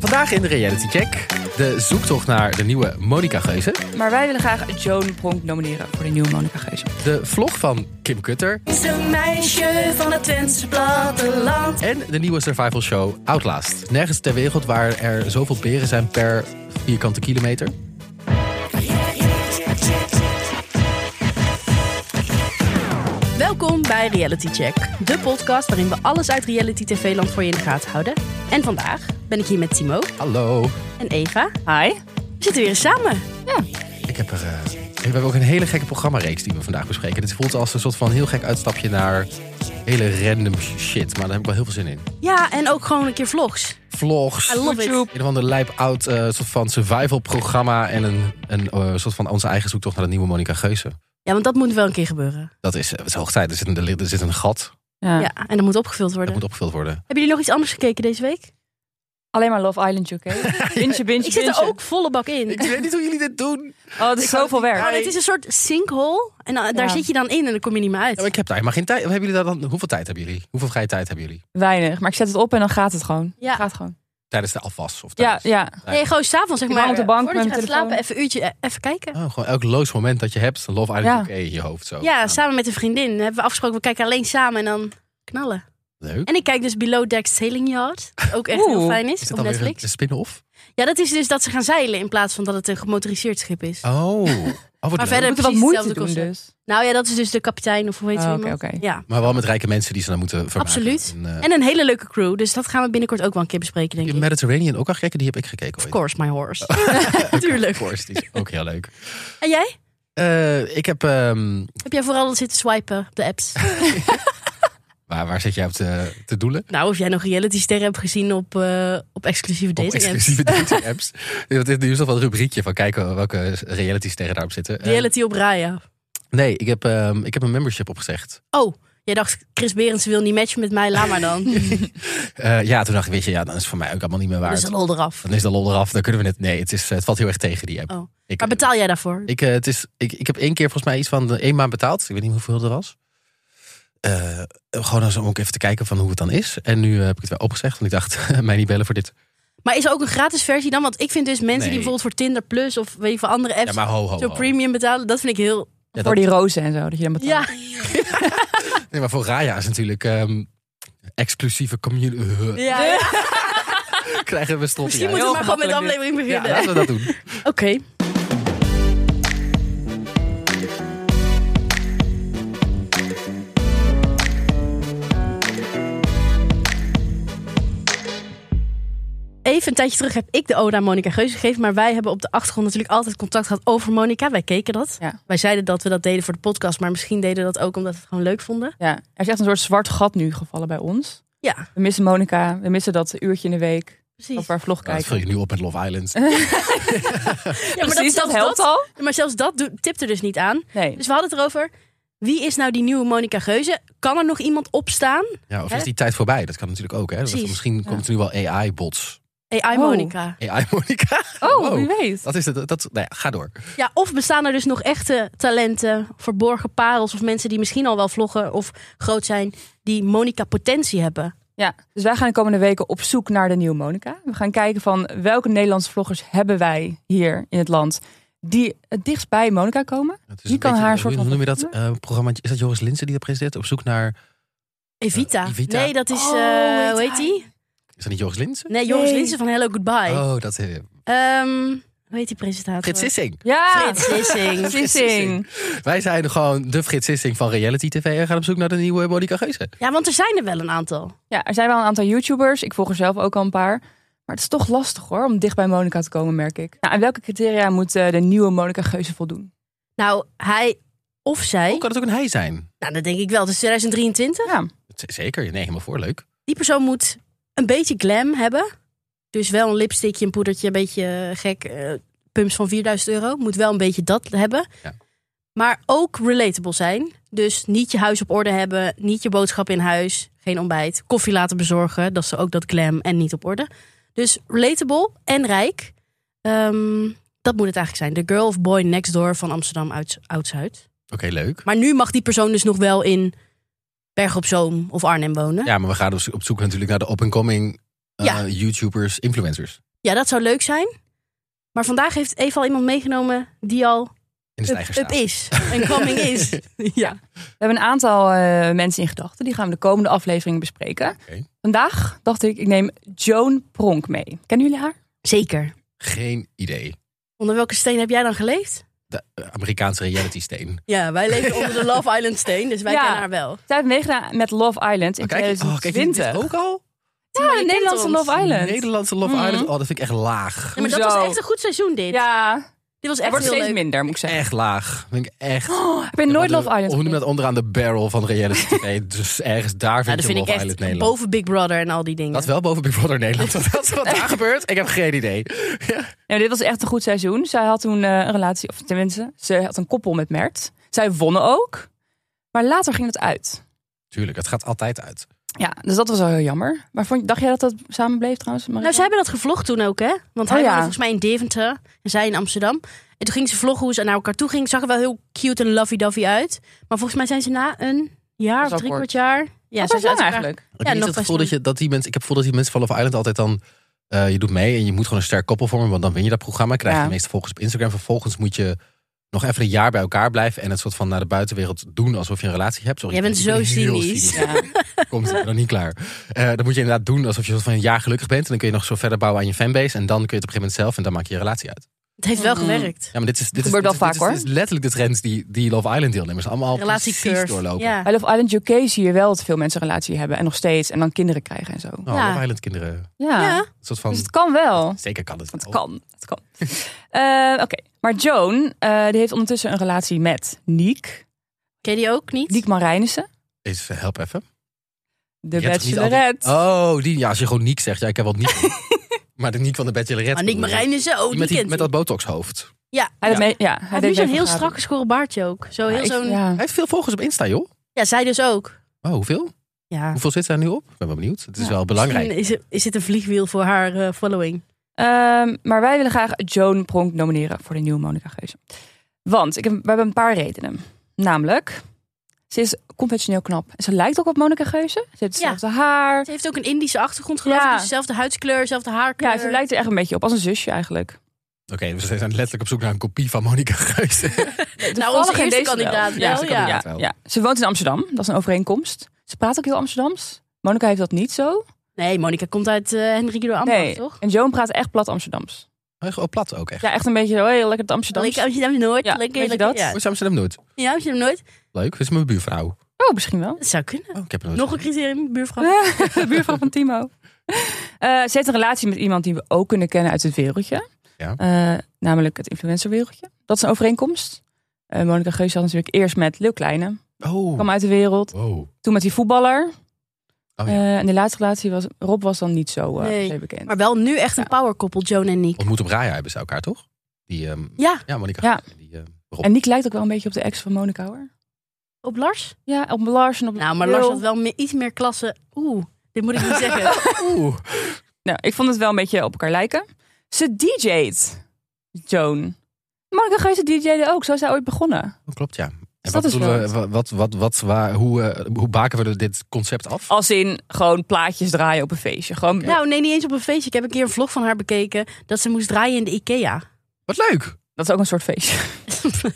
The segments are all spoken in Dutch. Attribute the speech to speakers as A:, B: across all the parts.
A: Vandaag in de Reality Check de zoektocht naar de nieuwe Monica Geuze.
B: Maar wij willen graag Joan Pronk nomineren voor de nieuwe Monica Geuze.
A: De vlog van Kim Kutter.
C: is een meisje van het Twentse platteland.
A: En de nieuwe survival show Outlast. Nergens ter wereld waar er zoveel beren zijn per vierkante kilometer.
D: Welkom bij Reality Check, de podcast waarin we alles uit reality tv-land voor je in de gaten houden. En vandaag ben ik hier met Timo
A: Hallo.
D: en Eva.
B: Hi.
D: We zitten weer eens samen.
A: Ik heb er. eh, we hebben ook een hele gekke programmareeks die we vandaag bespreken. Dit voelt als een soort van heel gek uitstapje naar hele random shit. Maar daar heb ik wel heel veel zin in.
D: Ja, en ook gewoon een keer vlogs.
A: Vlogs.
D: I love it.
A: Een of ander lijp-out eh, soort van survival programma. En een, een eh, soort van onze eigen zoektocht naar de nieuwe Monica Geuze.
D: Ja, want dat moet wel een keer gebeuren.
A: Dat is, eh, het is hoog tijd. Er zit een, er zit een gat.
B: Ja.
D: Ja, en dat moet opgevuld
A: Dat
D: worden.
A: moet opgevuld worden.
D: Hebben jullie nog iets anders gekeken deze week?
B: Alleen maar Love Island UK. Bintje, bintje,
D: Ik zit er
B: bintje.
D: ook volle bak in.
A: Ik weet niet hoe jullie dit doen.
B: Oh, het is zoveel werk.
D: Oh, het is een soort sinkhole. En dan- daar
B: Ja.
D: zit je dan in en dan kom je niet meer uit.
A: Ja, maar ik heb daar helemaal geen tijd. Hebben jullie daar dan, hoeveel tijd hebben jullie? Hoeveel vrije tijd hebben jullie?
B: Weinig, maar ik zet het op en dan gaat het gewoon.
D: Ja.
B: Gaat gewoon.
A: Tijdens de afwas? Of
B: Ja,
A: tijdens...
B: ja.
D: Nee, gewoon s'avonds zeg
B: Ik
D: maar.
B: hang op de bank
D: voordat je
B: met
D: gaat
B: mijn telefoon.
D: slapen, even een uurtje eh, even kijken.
A: Oh, gewoon elk loos moment dat je hebt. Love Island UK in je hoofd. Zo.
D: Ja,
A: Ah,
D: samen met een vriendin. Hebben we afgesproken, we kijken alleen samen en dan knallen.
A: Leuk.
D: En ik kijk dus Below Deck Sailing Yard. wat Ook echt heel
B: Oeh.
D: fijn
A: Is
D: is,
A: het
D: op
A: dan weer een,
D: Netflix.
A: een spin-off?
D: Ja, dat is dus dat ze gaan zeilen in plaats van dat het een gemotoriseerd schip is.
A: Oh. oh wat
D: Maar
A: leuk.
D: verder-
B: We moeten wat
D: precies
B: moeite
D: hetzelfde
B: doen
D: concept.
B: dus.
D: Nou ja, dat is dus de kapitein of hoe heet
B: Oh,
D: ze
B: Oké,
D: iemand.
B: oké.
D: Ja.
A: Maar wel met rijke mensen die ze dan moeten vermaken.
D: Absoluut.
A: En, eh,
D: En een hele leuke crew, dus dat gaan we binnenkort ook wel een keer bespreken, denk
A: je
D: ik.
A: Mediterranean ook al gekeken? Die heb ik gekeken.
D: Of
A: ooit. Oh.
D: course, my horse.
A: Natuurlijk. Die is ook heel leuk.
D: En jij?
A: Eh, ik heb... ehm,
D: Heb jij vooral zitten swipen op de apps?
A: waar, waar zit jij op te, te doelen?
D: nou, of jij nog reality sterren hebt gezien op, eh, op exclusieve
A: Op
D: dating apps.
A: exclusieve dating apps. Dat is nu is toch wel een rubriekje van kijken welke reality sterren daarop zitten. Eh,
D: Reality op Raya.
A: nee, ik heb, ehm, ik heb een membership opgezegd.
D: Oh, jij dacht, Chris Berends wil niet matchen met mij, laat maar dan.
A: Eh, ja, toen dacht ik, weet je, ja, dan is het voor mij ook allemaal niet meer waard.
D: dus dat lol eraf.
A: Dan is de lol eraf, dan kunnen we het... Nee, het, is, het valt heel erg tegen die app.
D: Oh.
A: Ik,
D: Maar betaal jij daarvoor?
A: Ik, eh, het is, ik, ik heb één keer volgens mij iets van de één maand betaald. Ik weet niet hoeveel er was. Eh, gewoon als, om ook even te kijken van hoe het dan is. En nu eh, heb ik het wel opgezegd. Want ik dacht, mij niet bellen voor dit.
D: Maar is er ook een gratis versie dan? Want ik vind dus mensen
A: Nee.
D: die bijvoorbeeld voor Tinder Plus of weet je voor andere apps
A: ho, ho,
D: zo
A: ho.
D: premium betalen, dat vind ik heel.
A: Ja,
B: Voor
A: dat-
B: die rozen en zo, dat je dan betaalt.
D: Ja,
A: nee, maar voor Raya is natuurlijk ehm, exclusieve eh, community.
D: ja, ja.
A: krijgen we strop.
D: misschien
A: ja.
D: moeten we
B: heel
D: maar gewoon met
B: gemakkelijk
D: de aflevering
A: Ja,
D: beginnen.
A: laten we dat doen.
D: Oké. Even een tijdje terug heb ik de Oda aan Monica Geuze gegeven. Maar wij hebben op de achtergrond natuurlijk altijd contact gehad over Monica. Wij keken dat.
B: Ja.
D: Wij zeiden dat we dat deden voor de podcast. Maar misschien deden we dat ook omdat we het gewoon leuk vonden.
B: Ja. Er is echt een soort zwart gat nu gevallen bij ons.
D: Ja,
B: We missen Monica, we missen dat uurtje in de week.
D: precies.
B: Op haar vlog
A: Nou, dat
B: kijken.
A: vul je nu op met Love Island.
D: Ja, maar,
B: Precies,
D: zelfs
B: helpt
D: dat,
B: al.
D: maar zelfs dat doet- tipt er dus niet aan.
B: Nee.
D: Dus we hadden het erover. Wie is nou die nieuwe Monica Geuze? Kan er nog iemand opstaan?
A: Ja, of
D: Hè?
A: is die tijd voorbij? Dat kan natuurlijk ook. Hè? Dat-
D: Precies.
A: misschien komt er nu wel AI-bots.
D: AI
B: Oh.
D: Monica.
A: AI Monica.
B: Oh,
A: Wow.
B: wie weet.
A: Dat is het. Dat, nou ja, ga door.
D: Ja, of bestaan er dus nog echte talenten, verborgen parels of mensen die misschien al wel vloggen of groot zijn, die Monica potentie hebben?
B: Ja, dus wij gaan de komende weken op zoek naar de nieuwe Monica. We gaan kijken van welke Nederlandse vloggers hebben wij hier in het land die het dichtst bij Monica komen.
A: Het is
B: Die
A: een
B: kan haar
A: hoe-
B: soort
A: Hoe
B: van-
A: noem je dat eh, programma? Is dat Joris Linsen die dat presenteert? Op zoek naar...
D: Evita.
A: Eh, Evita.
D: Nee, dat is,
B: Oh,
D: eh,
B: heet
D: hoe heet
B: hij?
D: die?
A: Is dat niet Joris Linsen?
D: Nee, Joris
B: Nee.
D: Linsen van Hello Goodbye.
A: Oh, dat is...
D: Ehm, hoe heet die presentator?
A: Frits Sissing.
B: Ja,
D: Frits Sissing.
B: Sissing.
A: Wij zijn gewoon de Frits Sissing van Reality TV. En gaan op zoek naar de nieuwe Monica Geuze.
D: Ja, want er zijn er wel een aantal.
B: Ja, er zijn wel een aantal YouTubers. Ik volg er zelf ook al een paar. Maar het is toch lastig hoor, om dicht bij Monica te komen, merk ik. Nou, en welke criteria moet eh, de nieuwe Monica Geuze voldoen?
D: Nou, hij of zij.
A: Hoe kan het ook een hij zijn?
D: Nou, dat denk ik wel. Dus 2023.
B: Ja,
A: Z- Zeker. Nee, helemaal voor. Leuk.
D: Die persoon moet een beetje glam hebben. Dus wel een lipstickje, een poedertje, een beetje eh, gek. eh, pumps van 4000 euro. Moet wel een beetje dat hebben.
A: Ja.
D: Maar ook relatable zijn. Dus niet je huis op orde hebben. Niet je boodschap in huis. Geen ontbijt. Koffie laten bezorgen. Dat is ook dat glam en niet op orde. Dus relatable en rijk. Ehm, dat moet het eigenlijk zijn. De girl of boy next door van Amsterdam uit- Oud-Zuid.
A: Oké, leuk.
D: Maar nu mag die persoon dus nog wel in Berg op Zoom of Arnhem wonen.
A: Ja, maar we gaan op zo- op zoek natuurlijk naar de up-and-coming eh,
D: Ja.
A: YouTubers, influencers.
D: Ja, dat zou leuk zijn. Maar vandaag heeft Eva al iemand meegenomen die al
A: In de
D: up,
A: stijger
D: up is. En coming is. Ja.
B: We hebben een aantal eh, mensen in gedachten. Die gaan we de komende aflevering bespreken.
A: Oké.
B: Vandaag dacht ik, ik neem Joan Pronk mee. Kennen jullie haar?
D: Zeker.
A: Geen idee.
D: Onder welke steen heb jij dan geleefd?
A: De eh, Amerikaanse reality steen.
D: Ja, wij leven onder de Love Island steen, dus wij
B: Ja.
D: kennen haar wel.
B: Zij heeft meegedaan met Love Island in
A: Oh, kijk, oh, kijk, dit
B: 2020.
A: is ook al?
B: ja, de
D: kent
B: Nederlandse
D: ons.
B: Love Island.
A: Nederlandse Love
B: Mhm.
A: Island. Oh, dat vind ik echt laag.
D: Ja, maar dat
B: Hoezo?
D: was echt een goed seizoen dit.
B: Ja,
D: Dit was
B: het
D: echt
B: wordt
D: heel
B: steeds
D: leuk.
B: minder, moet ik zeggen.
A: Echt laag. Vind ik echt.
B: Oh, ik ben nooit
A: Ja,
B: Love
A: de-
B: Island
A: Hoe noem je
B: gekeken.
A: dat? Onderaan de barrel van reality TV. dus ergens daar
D: Ja,
A: vind
D: dat
A: je
D: vind ik
A: Love
D: echt
A: Island Nederland.
D: boven Big Brother en al die dingen.
A: Dat wel boven Big Brother Nederland. Dat is wat daar gebeurt. Ik heb geen idee.
B: Nee, dit was echt een goed seizoen. Zij had toen eh, een relatie, of tenminste, ze had een koppel met Mert. Zij wonnen ook, maar later ging dat uit.
A: Tuurlijk, het gaat altijd uit.
B: Ja, dus dat was wel heel jammer. Maar vond, dacht jij dat dat samen bleef trouwens? Marika?
D: Nou, ze hebben dat gevlogd toen ook, hè? Want
B: Oh,
D: hij
B: ja.
D: woonde volgens mij in Deventer en zij in Amsterdam. En toen ging ze vloggen hoe ze naar elkaar toe ging. Zag er wel heel cute en lovey-dovey uit. Maar volgens mij zijn ze na een jaar
B: Dat is
D: of
B: al
D: drie
B: kort. Oh,
D: kwart jaar... Ja,
B: Dat
D: zijn
B: was
D: ze uit
B: lang
D: elkaar.
B: eigenlijk.
A: Heb
D: Ja,
A: je niet
D: nog
A: het
D: best
A: gevoel dat, je, dat die mensen, ik heb het gevoel dat die mensen van Love Island altijd dan... eh, je doet mee en je moet gewoon een sterk koppel vormen. Want dan win je dat programma. Krijg je
B: Ja.
A: de meeste volgers op Instagram. Vervolgens moet je nog even een jaar bij elkaar blijven. En het soort van naar de buitenwereld doen alsof je een relatie hebt. Sorry,
D: Jij
A: ik
D: bent
A: ben- ik
D: zo
A: ben heel
D: cynisch.
B: Ja.
A: Komt ik ben nog niet klaar. Eh dan moet je inderdaad doen alsof je soort van een jaar gelukkig bent. En dan kun je nog zo verder bouwen aan je fanbase. En dan kun je het op een gegeven moment zelf. En dan maak je je relatie uit.
D: Het heeft wel
B: Mm.
D: gewerkt.
A: Ja, maar dit is, dit is,
B: Gebeurt wel
A: dit is- dit
B: vaak,
A: is- dit is letterlijk de trends die, die Love Island deelnemers allemaal precies
D: Relatiecurve.
A: doorlopen.
D: Ja.
B: Bij Love Island UK zie je wel dat veel mensen een relatie hebben en nog steeds. En dan kinderen krijgen en zo.
A: Oh,
D: Ja.
A: Love Island kinderen. Een
B: Ja,
D: Ja.
A: soort van,
B: dus het kan wel.
A: zeker kan het
B: Het
A: wel.
B: kan, het kan. Eh, Oké, maar Joan, eh, die heeft ondertussen een relatie met Niek.
D: Ken je die ook niet?
B: Niek Marijnissen.
A: Eens, eh, help even.
B: De
A: Je hebt toch niet al die-
B: Bachelorette.
A: Oh, die, ja, als je gewoon Niek zegt. Ja, ik heb wel Niek. maar de Niek van de Bachelorette.
D: Maar Ah, Nick
A: bedoel je.
D: Marijn is zo, die
A: met, die,
D: kent
A: met dat botoxhoofd.
D: Ja.
B: Hij
A: Oh.
B: deed mee- ja,
D: Hij
B: hij
D: heeft nu
B: deed
D: zo'n
B: mee
D: heel
B: voor Gabi.
D: strakke schorre baardje ook. Zo heel
B: Ja, ik-
D: zo'n... Ja.
B: ja.
A: Hij heeft veel volgers op Insta, joh.
D: zij dus ook.
A: Oh, hoeveel?
D: Ja.
A: Hoeveel zit zij nu op? Ik ben wel benieuwd. Het is
B: Ja,
A: wel belangrijk.
D: Misschien Is, het- is dit een vliegwiel voor haar eh, following?
B: Ehm, maar wij willen graag Joan Pronk nomineren voor de nieuwe Monica Geuze. Want ik heb, we hebben een paar redenen. Namelijk, ze is conventioneel knap. En ze lijkt ook op Monica Geuze. Ze heeft hetzelfde haar.
D: Ze heeft ook een Indische achtergrond geloof ik.
B: Ja.
D: Dus dezelfde huidskleur, dezelfde haarkleur.
B: Ja, ze lijkt er echt een beetje op. Als een zusje eigenlijk.
A: Oké, we zijn letterlijk op zoek naar een kopie van Monica Geuze.
D: Nou, onze
B: Toevallig in
D: eerste
B: deze
D: kandidaat
B: wel.
D: wel,
A: Eerste
D: ja.
A: kandidaat.
B: Ja,
A: wel.
B: ja. Ze woont in Amsterdam. Dat is een overeenkomst. Ze praat ook heel Amsterdams. Monica heeft dat niet zo.
D: Nee, Monica komt uit eh Henrique door Amsterdam,
B: Nee.
D: toch?
B: En Joan praat echt plat Amsterdams.
A: Echt op plat ook echt.
B: Ja, echt een beetje zo, heel lekker het Amsterdams.
D: Lekker Amsterdam nooit.
B: Ja,
D: lekker,
B: weet je
D: lekker-
B: dat?
A: Hoe is Amsterdam Noord?
D: Ja. ja, Amsterdam nooit.
A: Leuk, dit is mijn buurvrouw.
B: Oh, misschien wel.
D: Dat zou kunnen.
A: Oh, ik heb er nooit
D: Nog een criterium, buurvrouw.
B: de buurvrouw van Timo. Eh, ze heeft een relatie met iemand die we ook kunnen kennen uit het wereldje.
A: Ja.
B: Eh, namelijk het influencerwereldje. Dat is een overeenkomst. Eh Monika Geus had natuurlijk eerst met Leeuw Kleine.
A: Oh,
B: Kwam uit de wereld.
A: wow.
B: Toen met die voetballer.
A: Oh, ja.
B: Eh, en de laatste relatie was... Rob was dan niet zo eh,
D: Nee.
B: heel bekend.
D: Maar wel nu echt een powerkoppel, Joan en Nick.
A: Ontmoet op Raya hebben ze elkaar, toch? Die, ehm,
D: Ja,
A: ja, Monica
B: Ja.
A: Geuze, Die, ehm, Rob.
B: En Nick lijkt ook wel een beetje op de ex van Monika hoor.
D: op Lars?
B: Ja, op Lars en op
D: Nou, maar
B: Leeuw.
D: Lars had wel meer- iets meer klasse. Oeh, dit moet ik niet zeggen.
A: Oeh.
B: Nou, ik vond het wel een beetje op elkaar lijken. Ze DJ't, Joan. Monika Geus DJ'de ook. Zo is zij ooit begonnen.
A: Dat Oh, klopt, ja. En
B: Dus
A: wat
B: dat is
A: bedoelen
B: wel
A: we, wa- wat, wat, wat, waar, hoe, eh, hoe baken we dit concept af?
B: Als in gewoon plaatjes draaien op een feestje. Gewoon,
D: Nou, nee, niet eens op een feestje. Ik heb een keer een vlog van haar bekeken dat ze moest draaien in de IKEA.
A: Wat leuk!
B: dat is ook een soort feestje.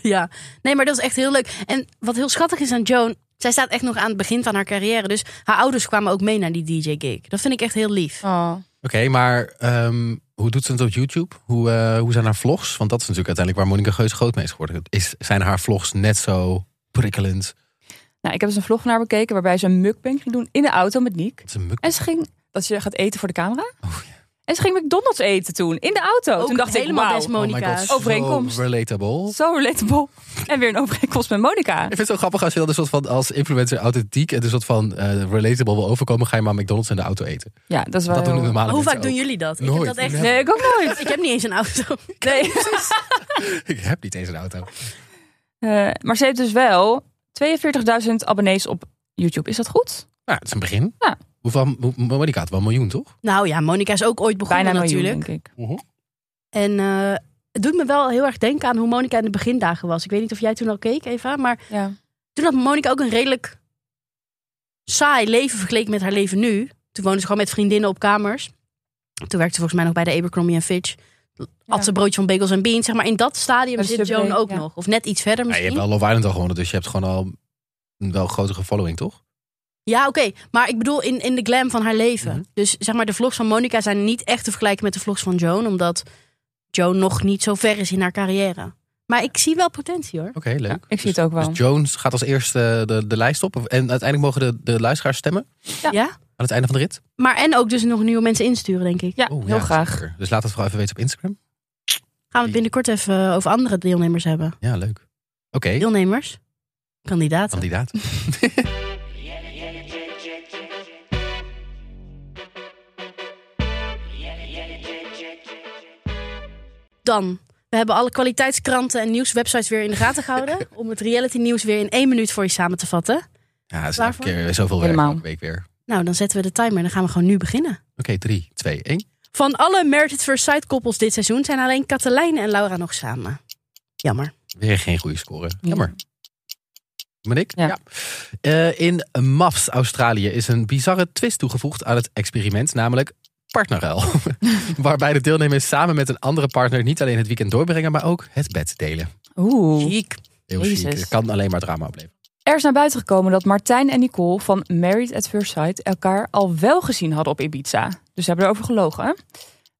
D: ja, nee, maar dat is echt heel leuk. En wat heel schattig is aan Joan, zij staat echt nog aan het begin van haar carrière. Dus haar ouders kwamen ook mee naar die DJ-gig. Dat vind ik echt heel lief.
A: Oh,
B: Oh.
A: Oké, maar ehm, hoe doet ze het op YouTube? Hoe, eh, hoe zijn haar vlogs? Want dat is natuurlijk uiteindelijk waar Monica Geus groot mee is geworden. Is, zijn haar vlogs net zo prikkelend?
B: Nou, ik heb eens een vlog naar haar bekeken waarbij ze een mukbang ging doen in de auto met Niek.
A: Het is een muk.
B: En ze ging dat ze gaat eten voor de camera.
A: Oh, ja.
B: En ze ging McDonald's eten toen in de auto.
D: Ook
B: toen dacht
D: helemaal
B: ik,
D: des
B: wauw,
A: Oh my
D: Monica's.
A: god, zo
B: Overeenkomst.
A: relatable.
B: zo relatable. En weer een overeenkomst met Monica.
A: Ik vind het zo grappig als je dan een soort van als influencer authentiek en een soort van eh, relatable wil overkomen, ga je maar McDonald's in de auto eten.
B: Ja, dat is wel
A: Dat doen
B: heel-
A: normale
D: Maar hoe
A: mensen
D: vaak doen
A: ook.
D: jullie dat? Ik
A: Nooit.
D: heb dat echt.
A: Nee.
B: Nee, ik ook nooit.
D: Ik heb niet eens een auto.
B: Nee.
A: Ik heb niet eens een auto. Nou,
B: Eh, maar ze heeft dus wel 42.000 abonnees op YouTube. Is dat goed?
A: Nou, het is een begin.
B: Ja.
A: Hoeveel, hoe- Monica had wel een miljoen, toch?
D: Nou ja, Monica is ook ooit begonnen
B: Bijna een miljoen,
D: natuurlijk.
B: denk ik.
D: En eh, het doet me wel heel erg denken aan hoe Monica in de begindagen was. Ik weet niet of jij toen al keek, Eva. Maar
B: Ja.
D: toen had Monica ook een redelijk saai leven vergeleken met haar leven nu. Toen woonde ze gewoon met vriendinnen op kamers. Toen werkte ze volgens mij nog bij de Abercrombie en Fitch. Had ze broodje van bagels en beans. Zeg maar in dat stadium
B: Bij
D: zit
B: Subway,
D: Joan ook
B: ja.
D: nog. Of net iets
A: Ja,
D: verder
A: je
D: misschien.
A: hebt wel Love Island al gewonnen, dus je hebt gewoon al een wel grotere following, toch?
D: Ja, oké. Maar ik bedoel in, in de glam van haar leven.
A: Mhm.
D: Dus zeg maar, de vlogs van Monica zijn niet echt te vergelijken met de vlogs van Joan. Omdat Joan nog niet zo ver is in haar carrière. Maar ik zie wel potentie hoor.
A: Oké, leuk.
B: Ik zie het ook wel.
A: Dus Jones gaat als eerste eh, de, de lijst op. En uiteindelijk mogen de, de luisteraars stemmen
D: Ja.
B: Ja.
A: aan het einde van de rit.
D: Maar en ook dus nog nieuwe mensen insturen, denk ik.
B: Ja,
A: Oeh,
B: heel
A: ja,
B: graag.
A: zeker. Dus laat het vooral even weten op Instagram.
D: Gaan we het binnenkort even over andere deelnemers hebben.
A: Ja, leuk. Oké,
D: Deelnemers? Kandidaten.
A: kandidaat.
D: Dan. We hebben alle kwaliteitskranten en nieuwswebsites weer in de gaten gehouden. om het reality nieuws weer in één minuut voor je samen te vatten.
A: Ja, dat is
D: Klaar
A: elke
D: voor?
A: keer zoveel werk
B: Helemaal.
A: elke week weer. Oké,
D: Nou, dan zetten we de timer en dan gaan we gewoon nu beginnen.
A: 3, 2, 1.
D: Van alle Married at First Sight koppels dit seizoen zijn alleen Katelijne en Laura nog samen. Jammer.
A: Weer geen goede score.
B: Ja.
A: Jammer. Ben ik?
B: Ja.
A: Eh, in MAFS Australië is een bizarre twist toegevoegd aan het experiment, namelijk partnerruil. Waarbij de deelnemers samen met een andere partner niet alleen het weekend doorbrengen, maar ook het bed delen.
B: Oeh.
D: Chic.
A: Heel chic.
B: Jezus.
A: Het kan alleen maar drama opleveren.
B: Er is naar buiten gekomen dat Martijn en Nicole van Married at First Sight elkaar al wel gezien hadden op Ibiza. Dus ze hebben erover gelogen.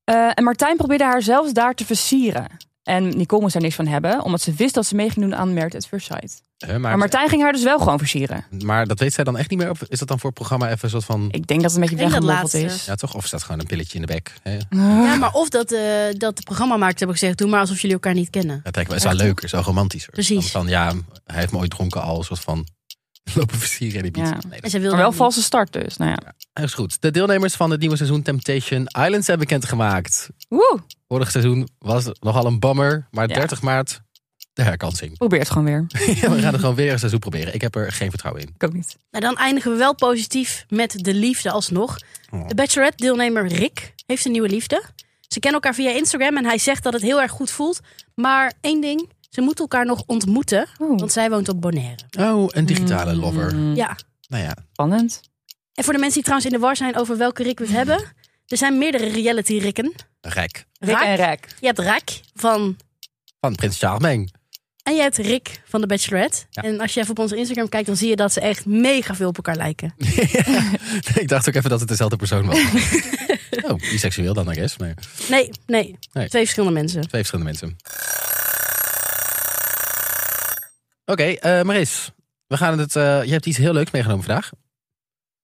B: Eh, en Martijn probeerde haar zelfs daar te versieren. En Nicole moest daar niks van hebben, omdat ze wist dat ze mee ging doen aan Married at First Sight.
A: Eh, maar,
B: Maar Martijn ging haar dus wel gewoon versieren.
A: maar dat weet zij dan echt niet meer? Of is dat dan voor het programma even een soort van...
B: Ik denk dat het een beetje
D: Ik denk dat
B: weggemoffeld is.
D: laatste.
A: Ja, toch? Of staat gewoon een pilletje in de bek? Hè?
D: Ja, maar of dat, eh, dat de programmamakers hebben gezegd, doe maar alsof jullie elkaar niet kennen.
A: Dat lijkt me is wel leuker, is wel romantischer.
D: Precies.
A: Dan van, ja, hij heeft me ooit dronken al, een soort van... Lopen versieren in die
B: Ja.
A: biet. Nee,
D: En
A: dat
D: zij wilde
B: Maar wel
D: dat niet.
B: valse start dus. Nou ja.
A: is goed. De deelnemers van het nieuwe seizoen Temptation Island zijn bekendgemaakt.
B: Woe,
A: Vorig seizoen was het nogal een bammer, maar
B: Ja.
A: 30 maart de herkansing.
B: probeer het gewoon weer.
A: Ja, we gaan het gewoon weer een seizoen proberen. Ik heb er geen vertrouwen in.
B: Ik ook niet.
D: Nou, dan eindigen we wel positief met de liefde alsnog.
A: Oh.
D: De Bachelorette-deelnemer Rick heeft een nieuwe liefde. Ze kennen elkaar via Instagram en hij zegt dat het heel erg goed voelt. Maar één ding, ze moeten elkaar nog ontmoeten,
B: Oeh,
D: want zij woont op Bonaire.
A: Oh, een digitale
B: Oh. Mm,
A: lover.
D: Ja.
A: Nou ja,
B: Spannend.
D: En voor de mensen die trouwens in de war zijn over welke Rick we
B: Mm.
D: het hebben. Er zijn meerdere reality-rikken.
A: rek.
B: Rick en
D: Raak.
B: Rek.
D: Je hebt Rack van...
A: Van Prins Charming.
D: En je hebt Rick van de Bachelorette. En als je even op onze Instagram kijkt, dan zie je dat ze echt mega veel op elkaar lijken.
A: Ik dacht ook even dat het dezelfde persoon was. oh, biseksueel dan, I guess. Maar
D: Nee, nee.
A: Nee.
D: Twee verschillende mensen.
A: twee verschillende mensen. Oké, eh Maris. We gaan het, eh, je hebt iets heel leuks meegenomen vandaag.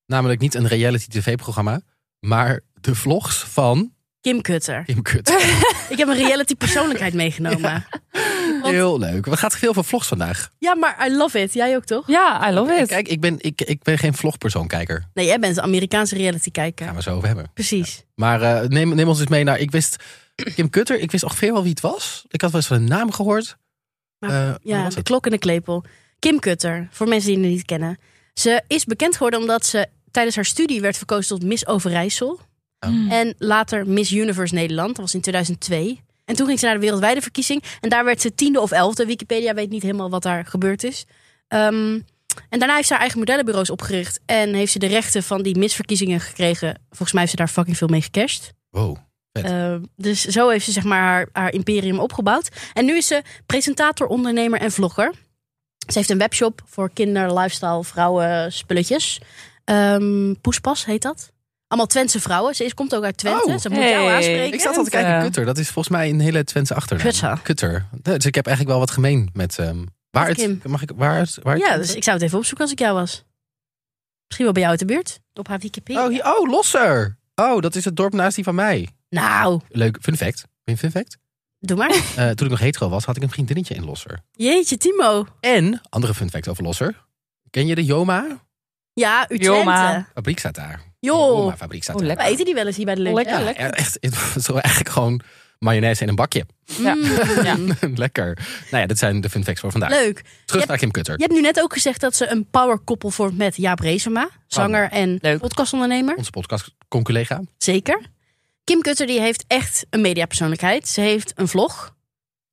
A: Namelijk niet een reality tv-programma, maar de vlogs van
D: Kim Kutter.
A: Kim Kut.
D: Ik heb een reality persoonlijkheid meegenomen. Ja.
A: Heel leuk. We gaan veel van vlogs vandaag.
D: maar I love it. Jij ook toch?
B: Ja, I love it.
A: Kijk, ik ben, ik, ik ben geen vlogpersoon-kijker.
D: Nee, jij bent een Amerikaanse reality kijker.
A: Gaan we het zo over hebben.
D: Precies.
A: Maar eh, neem, neem ons eens mee naar. Ik wist Kim Kutter, ik wist ongeveer wel wie het was. Ik had wel eens van een naam gehoord.
D: Maar,
A: Eh, wie
D: Ja,
A: was
D: de
A: het?
D: klok en de klepel. Kim Kutter, voor mensen die het niet kennen. Ze is bekend geworden omdat ze tijdens haar studie werd verkozen tot Miss Overijssel.
A: Oh.
D: En later Miss Universe Nederland. Dat was in 2002. En toen ging ze naar de wereldwijde verkiezing. En daar werd ze tiende of elfde. Wikipedia weet niet helemaal wat daar gebeurd is. Ehm, en daarna heeft ze haar eigen modellenbureaus opgericht. En heeft ze de rechten van die misverkiezingen gekregen. Volgens mij heeft ze daar fucking veel mee gecashed.
A: Wow.
D: Eh, dus zo heeft ze zeg maar haar, haar imperium opgebouwd. En nu is ze presentator, ondernemer en vlogger. Ze heeft een webshop voor kinder, lifestyle, vrouwen, spulletjes. Ehm, Poespas heet dat. Allemaal Twentse vrouwen. Ze is, komt ook uit Twente.
A: Oh.
D: ze moet
B: Hey.
D: jou aanspreken.
A: Ik zat al te kijken,
B: eh,
A: Kutter, dat is volgens mij een hele Twentse achternaam.
D: Kutter.
A: Nee, Dus ik heb eigenlijk wel wat gemeen met. ehm waar
D: Met
A: het,
D: Kim.
A: mag ik, waar het, waar het-
D: Ja, dus ik zou het even opzoeken als ik jou was. Misschien wel bij jou uit de buurt. Op haar Wikipedia.
A: oh, hier, oh, Losser. Oh, dat is het dorp naast die van mij.
D: Nou,
A: Leuk, fun fact. Vind je een fun fact?
D: doe maar.
A: Eh, toen ik nog hetero was, had ik een vriendinnetje in Losser.
D: Jeetje, Timo.
A: En, andere fun fact over Losser. Ken je de Joma?
D: Ja, Utrecht.
B: Joma.
A: Fabriek staat daar. De
D: Joh.
A: Joma-fabriek staat
B: Oh,
A: daar.
B: lekker.
D: We eten die wel eens hier bij de lunch.
B: Lekker.
A: Ja, echt. Zo eigenlijk gewoon mayonaise in een bakje.
B: Ja.
D: Mm.
B: Ja.
A: Lekker. Nou ja, dit zijn de fun facts voor vandaag.
D: Leuk.
A: Terug
D: Je-
A: naar Kim Kutter.
D: Je hebt nu net ook gezegd dat ze een powerkoppel vormt met Jaap Reesema, zanger en
B: Leuk.
D: podcastondernemer.
A: Onze podcast-conculega.
D: Zeker. Kim Kutter die heeft echt een mediapersoonlijkheid. Ze heeft een vlog,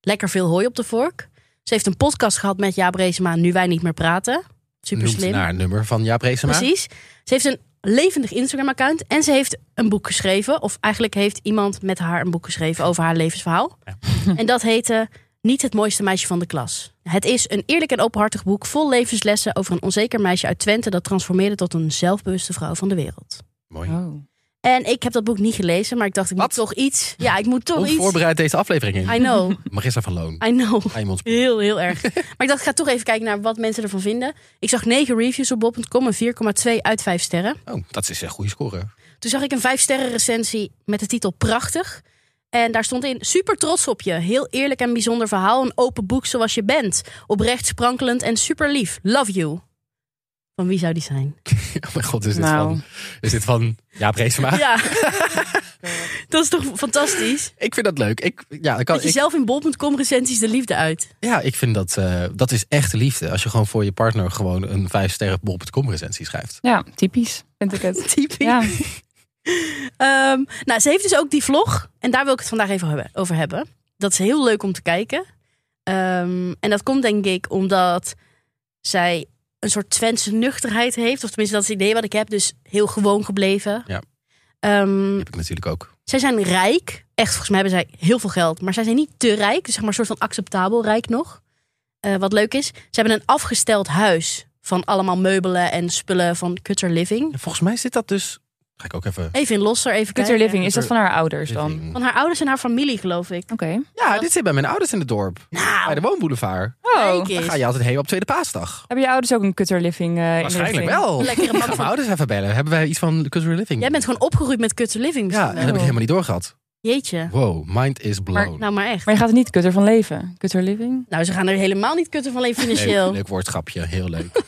D: lekker veel hooi op de vork. Ze heeft een podcast gehad met Jaap Reesema, Nu Wij Niet Meer Praten. Super
A: Noemt
D: slim.
A: naar een nummer van Jaap Reesema.
D: Precies. Ze heeft een levendig Instagram-account. En ze heeft een boek geschreven. Of eigenlijk heeft iemand met haar een boek geschreven over haar levensverhaal. En dat heette Niet het mooiste meisje van de klas. Het is een eerlijk en openhartig boek vol levenslessen over een onzeker meisje uit Twente dat transformeerde tot een zelfbewuste vrouw van de wereld.
A: Mooi.
B: Oh.
D: En ik heb dat boek niet gelezen, maar ik dacht ik moet
A: Wat?
D: toch iets. Ja, ik moet toch iets.
A: Onvoorbereid deze aflevering in.
D: I know,
A: Marissa van Loon.
D: I know.
A: Ga je ons-
D: Heel, heel erg. Maar ik dacht, ik ga toch even kijken naar wat mensen ervan vinden. Ik zag 9 reviews op bol.com en 4,2 uit 5 sterren.
A: Oh, dat is een goede score.
D: Toen zag ik een 5 sterren recensie met de titel Prachtig. En daar stond in, super trots op je. Heel eerlijk en bijzonder verhaal. Een open boek zoals je bent. Oprecht, sprankelend en super lief. Love you. Van wie zou die zijn?
A: Oh mijn god, is dit,
B: Nou.
A: van, is dit van Jaap Reesema?
D: Ja. Dat is toch fantastisch?
A: Ik vind dat leuk. Ik, ja, ik kan,
D: Dat je
A: ik-
D: zelf in bol.com recensies de liefde uit.
A: ja, ik vind dat, eh, dat is echt liefde. Als je gewoon voor je partner gewoon een 5 sterren bol.com recensie schrijft.
B: Ja, typisch vind ik het.
D: Typisch.
B: Ja.
D: Ehm, nou, ze heeft dus ook die vlog. En daar wil ik het vandaag even hebben- over hebben. Dat is heel leuk om te kijken. Ehm, en dat komt denk ik omdat zij een soort Twentse nuchterheid heeft. Of tenminste, dat is het idee wat ik heb. Dus heel gewoon gebleven.
A: Ja.
D: Ehm,
A: Die heb ik natuurlijk ook.
D: zij zijn rijk. Echt, volgens mij hebben zij heel veel geld. Maar zij zijn niet te rijk. Dus zeg maar een soort van acceptabel rijk nog. Eh, wat leuk is, ze hebben een afgesteld huis. Van allemaal meubelen en spullen van Cutter Living.
A: En Volgens mij zit dat dus... Ga ik ook even...
D: Even in Losser, even
B: Cutter
D: kijken.
B: Living, is dat van haar ouders dan? Oké.
A: Living.
D: Van haar ouders en haar familie, geloof ik.
A: Ja, dit zit bij mijn ouders in het dorp.
D: Nou.
A: Bij de woonboulevard.
B: Oh.
D: Kijk eens.
A: Dan ga je altijd heen op Tweede Paasdag.
B: Hebben je ouders ook een Cutter Living? eh, in de
A: Waarschijnlijk
B: living?
A: wel. Ik
D: Lekkere
A: ga
D: man
A: mijn
D: van...
A: ouders even bellen. Hebben wij iets van Cultural Living?
D: Jij bent gewoon opgegroeid met Cutter Living
A: Ja,
D: misschien
A: en dat
D: wel.
A: heb ik helemaal niet doorgehad.
D: Jeetje.
A: Wow, mind is blown.
D: Nou, maar echt.
B: Maar je gaat er niet Cutter van leven. Cutter Living?
D: Nou, ze gaan er helemaal niet kutten van leven financieel.
A: leuk, leuk woordschapje, heel leuk.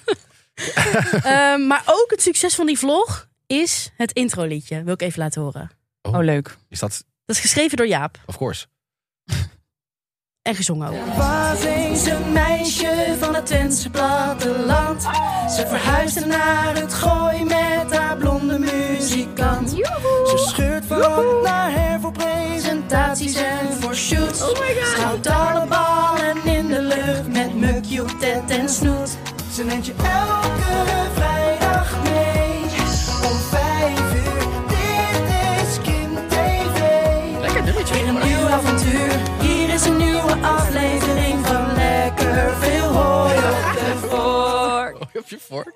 D: Ehm, maar ook het succes van die vlog is het introliedje. Wil ik even laten horen.
B: Oh, leuk.
A: Is dat...
D: Dat is geschreven door Jaap
A: Of course.
D: en gezongen ook.
C: Was eens een meisje van het Twentse platteland. Ze verhuisde naar het gooi met haar blonde muzikant. Ze scheurt van naar her voor presentaties en voor shoots.
D: Oh
C: Ze houdt alle ballen in de lucht met muk, joep, tet en snoet. Ze neemt je elke vrijdag mee om vijf uur. Dit is Kim TV.
A: Lekker
C: Weer een nieuw avontuur. Hier is een nieuwe aflevering van Lekker Veel Hooi op de Voor.
D: Oh,
A: Op je vork.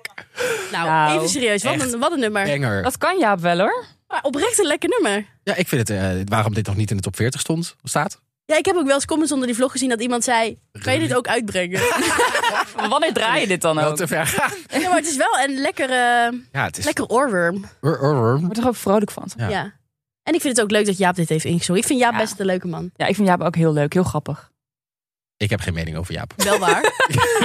D: Nou,
B: Nou,
D: even serieus. Wat
A: echt.
D: een, wat een nummer.
A: Banger.
B: Dat kan Jaap wel hoor.
D: Maar oprecht een lekker nummer.
A: Ja, ik vind het... eh, waarom dit nog niet in de top 40 stond, staat?
D: Ja, ik heb ook wel eens comments onder die vlog gezien dat iemand zei... Kan je dit ook uitbrengen?
B: Wanneer draai je dit dan
A: Wel
B: ook?
A: te
B: Ik
A: ver gaan.
D: ja, maar het is wel een lekkere,
A: Ja, het is...
D: lekker oorworm.
A: Ur, ur, ur.
B: word er ook vrolijk van.
A: Ja.
D: Ja. En ik vind het ook leuk dat Jaap dit heeft ingezongen. Ik vind Jaap
B: Ja.
D: best een leuke man.
B: Ja, ik vind Jaap ook heel leuk. Heel grappig.
A: Ik heb geen mening over Jaap.
D: Wel waar.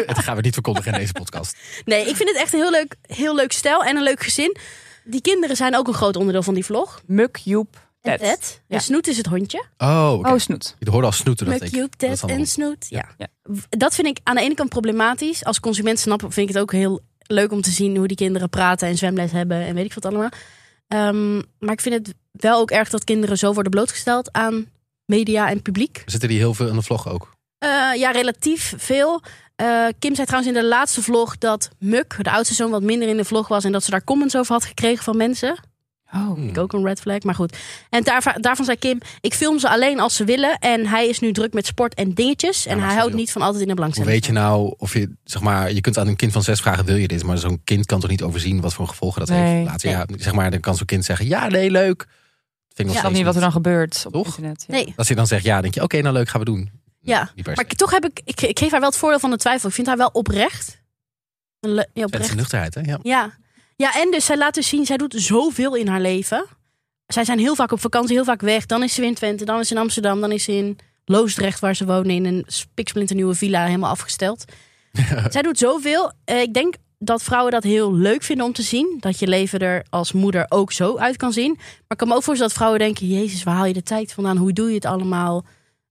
A: het gaan we niet verkondigen in deze podcast.
D: Nee, ik vind het echt een heel leuk, heel leuk stijl en een leuk gezin. Die kinderen zijn ook een groot onderdeel van die vlog.
B: Muk, Joep,
D: En
B: Ted.
D: Ted.
B: Ja.
D: En Snoet is het hondje.
A: Oh, oké.
B: Oh, Snoet.
A: Je hoorde al snoeten, dat
D: Met
A: ik.
D: Cute,
A: Dat is
D: Ted
A: dan
D: en
A: wel-
D: Snoet. Ja.
B: Ja.
D: Dat vind ik aan de ene kant problematisch. Als consument snap vind ik het ook heel leuk om te zien hoe die kinderen praten en zwemles hebben en weet ik wat allemaal. Ehm, maar ik vind het wel ook erg dat kinderen zo worden blootgesteld aan media en publiek.
A: Zitten die heel veel in de vlog ook?
D: Eh, ja, relatief veel. Eh, Kim zei trouwens in de laatste vlog dat Muk, de oudste zoon, wat minder in de vlog was. En dat ze daar comments over had gekregen van mensen.
B: Oh.
A: Hmm.
D: Ik ook een red flag, maar goed. En daarva- daarvan zei Kim, ik film ze alleen als ze willen. En hij is nu druk met sport en dingetjes. En
A: maar
D: hij
A: zo
D: houdt
A: joh.
D: niet van altijd in de
A: Hoe
D: belangstelling.
A: weet je nou of je, zeg maar, je kunt aan een kind van zes vragen: wil je dit? Maar zo'n kind kan toch niet overzien wat voor gevolgen dat
B: Nee.
A: heeft later? Ja, zeg maar, dan kan zo'n kind zeggen: ja, nee, leuk. Dat vind ik nog
B: Ik
D: Ja.
A: steeds
B: snap niet wat er dan gebeurt op
A: Toch?
B: internet. Ja.
D: Nee.
A: Als je dan zegt: ja, denk je: oké, nou leuk, gaan we doen.
D: Ja,
A: Niet per
D: maar
A: se.
D: ik, toch heb ik, ik, ik geef haar wel het voordeel van de twijfel. Ik vind haar wel oprecht. Een le- Ja,
A: Het is
D: oprecht.
A: een nuchterheid, hè? Ja.
D: Ja. ja, en dus zij laat dus zien, zij doet zoveel in haar leven. Zij zijn heel vaak op vakantie, heel vaak weg. Dan is ze in Twente, dan is ze in Amsterdam, dan is ze in Loosdrecht, waar ze wonen, in een spiksplinternieuwe villa, helemaal afgesteld. zij doet zoveel. Eh, ik denk dat vrouwen dat heel leuk vinden om te zien. Dat je leven er als moeder ook zo uit kan zien. Maar ik kan me ook voorstellen dat vrouwen denken, jezus, waar haal je de tijd vandaan? Hoe doe je het allemaal?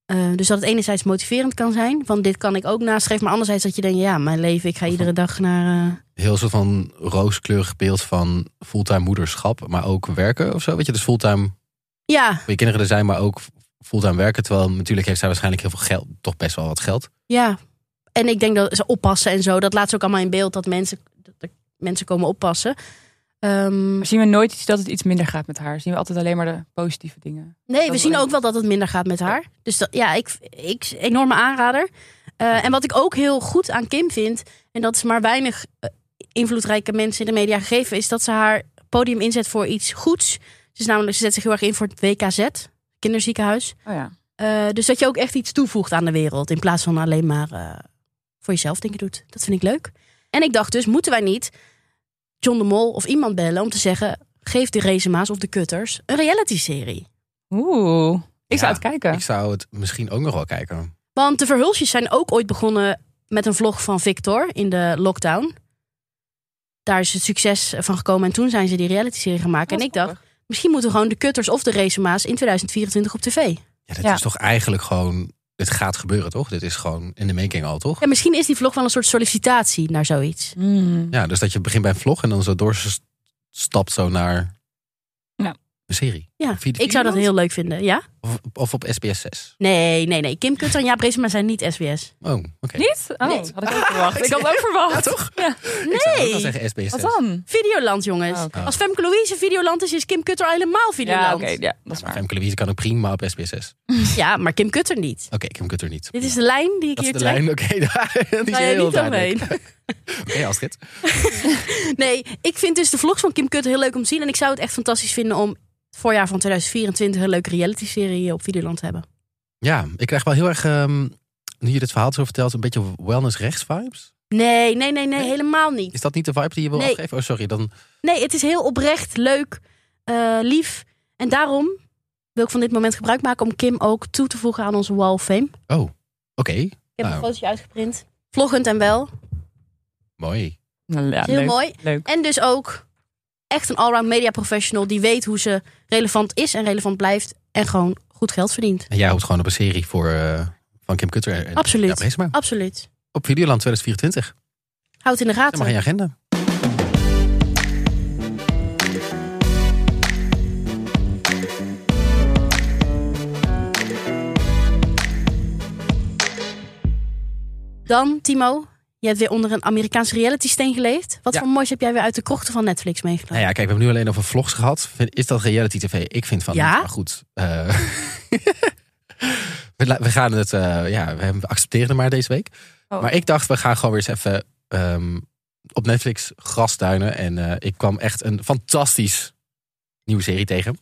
D: Eh, dus dat het enerzijds motiverend kan zijn, van dit kan ik ook nastreven. Maar anderzijds dat je denkt, ja, mijn leven, ik ga iedere dag naar... eh,
A: Heel soort van rooskleurig beeld van fulltime moederschap, maar ook werken of zo. Weet je, dus fulltime
D: Ja,
A: voor je kinderen er zijn, maar ook fulltime werken. Terwijl natuurlijk heeft zij waarschijnlijk heel veel geld, toch best wel wat geld.
D: Ja, en ik denk dat ze oppassen en zo. Dat laat ze ook allemaal in beeld dat mensen, dat er mensen komen oppassen. Ehm,
B: Maar zien we nooit iets dat het iets minder gaat met haar? Zien we altijd alleen maar de positieve dingen?
D: nee, we
B: dat-
D: zien ook wel dat het minder gaat met haar. Dus dat, ja, ik, ik enorme aanrader. Eh, en wat ik ook heel goed aan Kim vind, en dat is maar weinig eh, invloedrijke mensen in de media gegeven, is dat ze haar podium inzet voor iets goeds. Ze, is namelijk, ze zet zich heel erg in voor het WKZ, kinderziekenhuis.
B: Oh ja.
D: Eh, dus dat je ook echt iets toevoegt aan de wereld. In plaats van alleen maar eh, voor jezelf dingen doet. Dat vind ik leuk. En ik dacht dus, moeten wij niet John de Mol of iemand bellen om te zeggen... geef de Rezema's of de Kutters een reality-serie.
B: Oeh. Ik zou
A: Ja,
B: het kijken.
A: Ik zou het misschien ook nog wel kijken.
D: Want de Verhulsjes zijn ook ooit begonnen met een vlog van Victor in de lockdown. Daar is het succes van gekomen en toen zijn ze die reality-serie gemaakt.
B: Dat
D: en
B: is
D: ik dacht,
B: grappig.
D: misschien moeten we gewoon de Kutters of de Rezema's in 2024 op tv.
A: Ja, dat
B: Ja.
A: is toch eigenlijk gewoon... Het gaat gebeuren, toch? Dit is gewoon in de making al, toch?
D: En misschien is die vlog wel een soort sollicitatie naar zoiets.
B: Mm.
A: Ja, dus dat je begint bij een vlog en dan zo doorstapt zo naar
B: Ja.
A: een serie.
D: Ja,
A: Via de
D: ik zou dat
A: Videoland?
D: heel leuk vinden. Ja?
A: Of, of op SBS 6.
D: Nee, nee, nee. Kim Kutter en Jaap Reesema zijn niet SBS.
A: Oh, oké.
B: Niet? Oh,
D: Nee.
B: had ik ook verwacht. ik had het ook verwacht.
A: Ja, toch?
B: Ja.
A: Ik zou ook wel
D: Nee.
A: zeggen SBS
B: Wat
A: 6.
B: dan?
D: Videoland, jongens.
B: Oh, oké.
D: Als Femke Louise Videoland is, is Kim Kutter helemaal Videoland.
B: Ja,
D: Ja,
B: oké. ja, dat is
A: Maar
B: waar.
A: Femke Louise kan ook prima op SBS 6.
D: maar Kim Kutter niet.
A: Oké, ik heb het er niet.
D: Dit is de lijn die ik
A: dat is
D: hier
A: de
D: trek.
A: lijn, oké. daar- die is
D: Kan jij
A: heel
D: niet
A: duidelijk.
D: omheen.
A: Oké, Astrid.
D: Nee, ik vind dus de vlogs van Kim Kutter heel leuk om te zien. En ik zou het echt fantastisch vinden om het voorjaar van 2024 een leuke reality-serie eh, op Videoland te hebben.
A: Ja, ik krijg wel heel erg, ehm, nu je dit verhaal zo vertelt, een beetje wellness-rechts vibes.
D: Nee, nee, nee, nee, helemaal niet.
A: Is dat niet de vibe die je wil
D: Nee.
A: afgeven? Oh, sorry. Dan,
D: Nee, het is heel oprecht, leuk, eh, lief. En daarom wil ik van dit moment gebruik maken om Kim ook toe te voegen aan onze Wall of Fame.
A: oh, oké.
D: Ik heb
A: Nou.
D: een fotootje uitgeprint. Vloggend en wel.
A: Mooi.
B: Nou, ja,
D: Heel
B: leuk.
D: mooi.
B: Leuk.
D: En dus ook echt een allround media professional die weet hoe ze relevant is en relevant blijft. En gewoon goed geld verdient.
A: En jij hoopt gewoon op een serie voor, eh, van Kim Kutter. en-
D: Absoluut.
A: Ja, lees maar.
D: Absoluut.
A: Op Videoland 2024.
D: Houd in de
A: Dat
D: gaten.
A: mag in je agenda.
D: Dan, Timo, je hebt weer onder een Amerikaanse reality steen geleefd. Wat
A: Ja.
D: voor moois heb jij weer uit de krochten van Netflix meegenomen?
A: Nou ja, kijk, we hebben nu alleen over vlogs gehad. Vind- Is dat reality tv? Ik vind van
D: Ja.
A: niet, maar goed. eh, we, la- we gaan het, eh, ja, we hebben- accepteren het maar deze week.
B: Oh.
A: Maar ik dacht, we gaan gewoon weer eens even ehm, op Netflix grasduinen. En eh, ik kwam echt een fantastisch nieuwe serie tegen.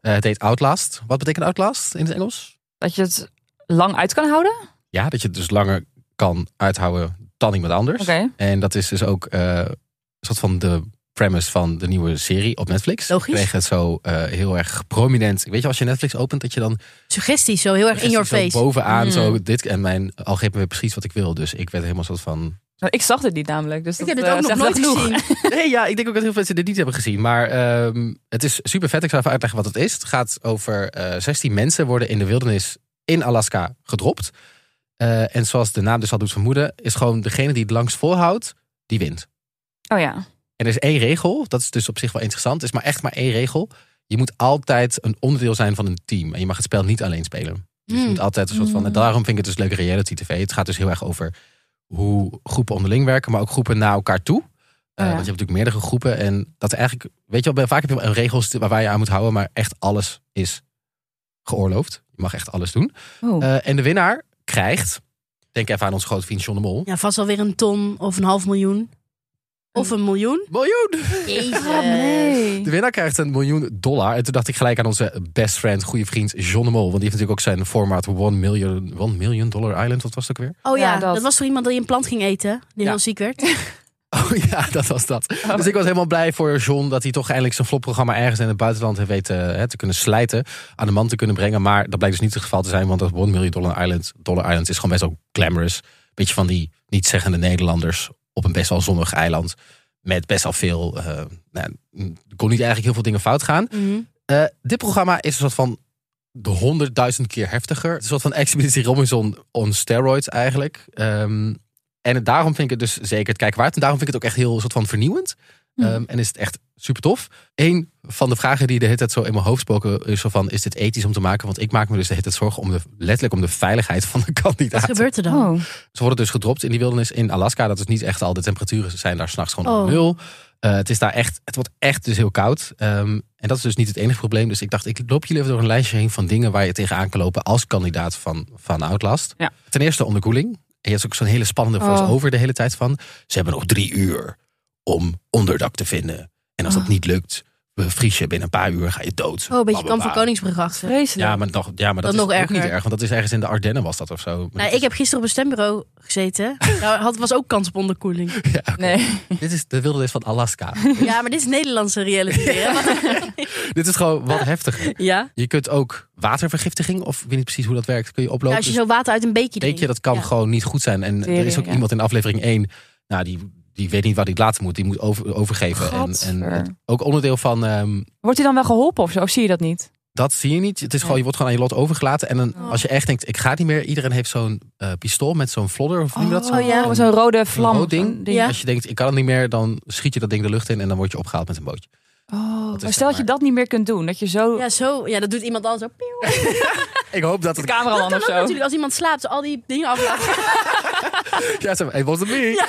A: Eh, het heet Outlast. Wat betekent Outlast in het Engels?
B: Dat je het lang uit kan houden? Oké.
A: Ja, dat je het dus langer kan uithouden dan iemand anders. En dat is dus ook eh, een soort van de premise van de nieuwe serie op Netflix.
D: Logisch.
A: Ik kreeg het zo eh, heel erg prominent. Weet je, als je Netflix opent, dat je dan
D: Suggesties, zo heel erg in your
A: zo
D: face.
A: bovenaan
B: Mm.
A: zo dit en mijn algoritme weet precies wat ik wil. Dus ik werd helemaal soort van.
B: Nou, ik zag dit niet namelijk. Dus
D: Ik
B: dat,
D: heb het
B: eh,
D: ook nog
B: zegt wel
D: nooit
B: genoeg.
D: gezien.
A: nee, ja, ik denk ook dat heel veel mensen dit niet hebben gezien. Maar ehm, het is super vet. Ik zal even uitleggen wat het is. Het gaat over eh 16 mensen worden in de wildernis in Alaska gedropt. Eh, en zoals de naam dus al doet vermoeden, is gewoon degene die het langst volhoudt, die wint.
B: Oh ja.
A: En er is één regel, dat is dus op zich wel interessant. Er is maar echt maar één regel. Je moet altijd een onderdeel zijn van een team. En je mag het spel niet alleen spelen. Dus je
D: Hmm.
A: moet altijd een soort van... En daarom vind ik het dus leuke reality tv. Het gaat dus heel erg over hoe groepen onderling werken. Maar ook groepen naar elkaar toe. Eh,
B: Oh ja.
A: Want je hebt natuurlijk meerdere groepen. En dat eigenlijk... Weet je wel, vaak heb je wel een regels waar- waar je aan moet houden. Maar echt alles is geoorloofd. Je mag echt alles doen.
B: Oh.
A: Eh, en de winnaar krijgt... Denk even aan ons grote vriend John de Mol.
D: Ja, vast wel weer een ton of een half miljoen. Of een miljoen.
A: Miljoen!
D: Jezus.
B: Ah, nee.
A: De winnaar krijgt een miljoen dollar. En toen dacht ik gelijk aan onze best friend, goede vriend John de Mol. Want die heeft natuurlijk ook zijn formaat One Million, One million Dollar Island. Wat was het ook weer?
D: Oh ja,
B: Ja, dat.
D: dat. was toch iemand die een plant ging eten? Die
A: Ja.
D: heel ziek werd?
A: Oh ja, dat was dat.
B: Oh.
A: Dus ik was helemaal blij voor John dat hij toch eindelijk zijn flopprogramma ergens in het buitenland heeft weten hè, te kunnen slijten. Aan de man te kunnen brengen. Maar dat blijkt dus niet het geval te zijn. Want dat One Million Dollar Island, Dollar Island is gewoon best wel glamorous. Beetje van die niet-zeggende Nederlanders op een best wel zonnig eiland. Met best wel veel. eh, nou, er kon niet eigenlijk heel veel dingen fout gaan.
D: Mhm.
A: Eh, dit programma is een soort van de honderdduizend keer heftiger. Het is een soort van Expeditie Robinson on steroids eigenlijk. Ehm, en het- daarom vind ik het dus zeker het kijken waard. En daarom vind ik het ook echt heel soort van vernieuwend. Ehm, En is het echt super tof. Eén van de vragen die de hele tijd zo in mijn hoofd spoken is zo van... is dit ethisch om te maken? Want ik maak me dus de hele tijd zorgen om de, letterlijk om de veiligheid van de
D: Wat
A: kandidaat.
D: gebeurt er dan?
B: Oh.
A: Ze worden dus gedropt in die wildernis in Alaska. Dat is niet echt al. De temperaturen zijn daar s'nachts gewoon op
D: Oh.
A: nul. Eh, het is daar echt, het wordt echt dus heel koud. Ehm, en dat is dus niet het enige probleem. Dus ik dacht, ik loop jullie even door een lijstje heen van dingen waar je tegenaan kan lopen als kandidaat van, van Outlast.
B: Ja.
A: Ten eerste onderkoeling. En je hebt ook zo'n hele spannende voice
B: Oh.
A: over de hele tijd van. Ze hebben nog drie uur om onderdak te vinden. En als dat
B: Oh.
A: niet lukt, we vries je binnen een paar uur, ga je dood.
D: Ah. Oh, een beetje
A: Blablabla.
D: kamp van Koningsbrug achter.
B: Vreselijk.
A: Ja, maar, nog, ja, maar dat,
D: Dat
A: is
D: nog
A: ook
D: erger.
A: niet erg. Want dat is ergens in de Ardennen was dat of zo. Maar
D: Nou, ik heb gisteren op een stembureau gezeten. Daar had, was ook kans op onderkoeling.
B: Nee.
A: Dit is de wildernis van Alaska.
D: Ja, maar dit is Nederlandse reality. hè?
A: Dit is gewoon wat heftiger.
D: Ja.
A: Je kunt ook watervergiftiging, of ik weet niet precies hoe dat werkt, kun je oplopen.
D: Ja, als je zo water uit een beekje
A: Denk
D: drinkt.
A: je, dat kan
D: Ja.
A: gewoon niet goed zijn. En er is ook
B: Tering, ja.
A: iemand in aflevering 1, nou, die, die weet niet wat hij laten moet. Die moet over, overgeven. En, en
B: Gadver.
A: het- ook onderdeel van, ehm,
B: Wordt hij dan wel geholpen of zo? Of zie je dat niet?
A: dat zie je niet. Het is gewoon,
B: Nee.
A: je wordt gewoon aan je lot overgelaten. En dan,
D: Oh.
A: als je echt denkt, ik ga niet meer. Iedereen heeft zo'n eh, pistool met zo'n vlodder, of hoe noem je dat zo?
D: Oh, ja.
A: Een-
B: Zo'n rode vlam.
A: rood ding?
B: zo'n
D: Ja.
A: Als je denkt, ik kan het niet meer, dan schiet je dat ding de lucht in en dan word je opgehaald met een bootje.
B: Oh,
A: is
B: maar
A: zeg
B: stel dat je
A: maar-
B: dat niet meer kunt doen. Dat je zo
D: Ja, zo. Ja, dat doet iemand anders ook. Pieuw.
A: Ik hoop dat
B: de
A: het...
B: camera
D: Dat
B: dan
D: kan
B: of
D: ook
B: zo.
D: natuurlijk als iemand slaapt, zo al die dingen aflaten.
A: Ja, zeg maar, it wasn't me.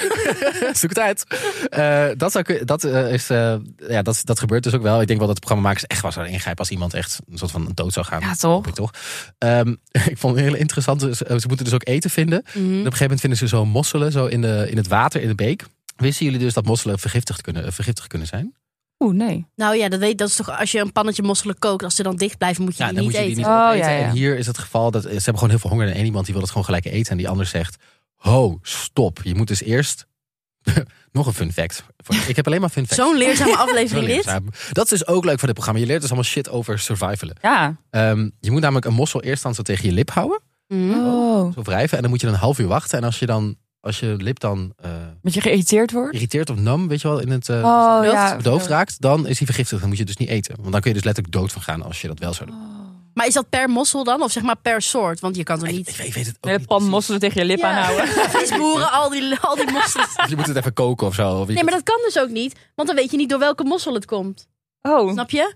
A: Zoek het uit. Eh, dat, zou, kun- dat, eh, is, eh, ja, dat, dat gebeurt dus ook wel. Ik denk wel dat de programmamakers echt wel zouden ingrijpen als iemand echt een soort van dood zou gaan.
B: Ja, toch?
A: Hoop ik toch? Ehm, ik vond het heel interessant. Dus, eh, Ze moeten dus ook eten vinden. En
B: Mhm.
A: op een gegeven moment vinden ze zo mosselen zo in, de, in het water, in de beek. Wisten jullie dus dat mosselen vergiftigd kunnen, eh, vergiftigd kunnen zijn?
B: Oeh, nee.
D: Nou ja, dat, weet, dat is toch als je een pannetje mosselen kookt. Als ze dan dicht blijven, moet je
A: Ja,
D: die
A: dan
D: niet
A: moet je die
D: eten.
A: niet
B: eten. Oh,
A: opeten.
B: ja, ja.
A: En hier is het geval dat eh, ze hebben gewoon heel veel honger. En één iemand die wil het gewoon gelijk eten. En die ander zegt, ho, stop. Je moet dus eerst... Nog een fun fact. Ik heb alleen maar fun facts.
D: Zo'n leerzame
A: Zo
D: aflevering dit.
A: leerzaam. Dat is dus ook leuk van dit programma. Je leert dus allemaal shit over survivalen.
B: Ja.
A: Ehm, je moet namelijk een mossel eerst dan zo tegen je lip houden.
D: Mhm.
B: Oh.
A: Zo wrijven. En dan moet je dan een half uur wachten. En als je dan, als je lip dan eh
B: Dat je geïrriteerd wordt?
A: irriteert of nam, weet je wel, in het eh,
B: Oh,
A: bedoofd-
B: ja.
A: bedoofd raakt, dan is hij vergiftigd. Dan moet je het dus niet eten. Want dan kun je dus letterlijk dood van gaan als je dat wel
D: Oh,
A: zou doen.
D: Maar is dat per mossel dan? Of zeg maar per soort? Want je kan toch
A: Ik,
D: niet...
A: ik, ik weet het
D: Oh.
A: ook
B: Met
A: niet
B: pan
A: precies.
B: mosselen tegen je lip
D: Ja.
B: aanhouden.
D: Visboeren, al die, al die mosselen.
A: Of Dus je moet het even koken of zo. Of je-
D: Nee, maar dat kan dus ook niet. Want dan weet je niet door welke mossel het komt.
B: Oh,
D: Snap je?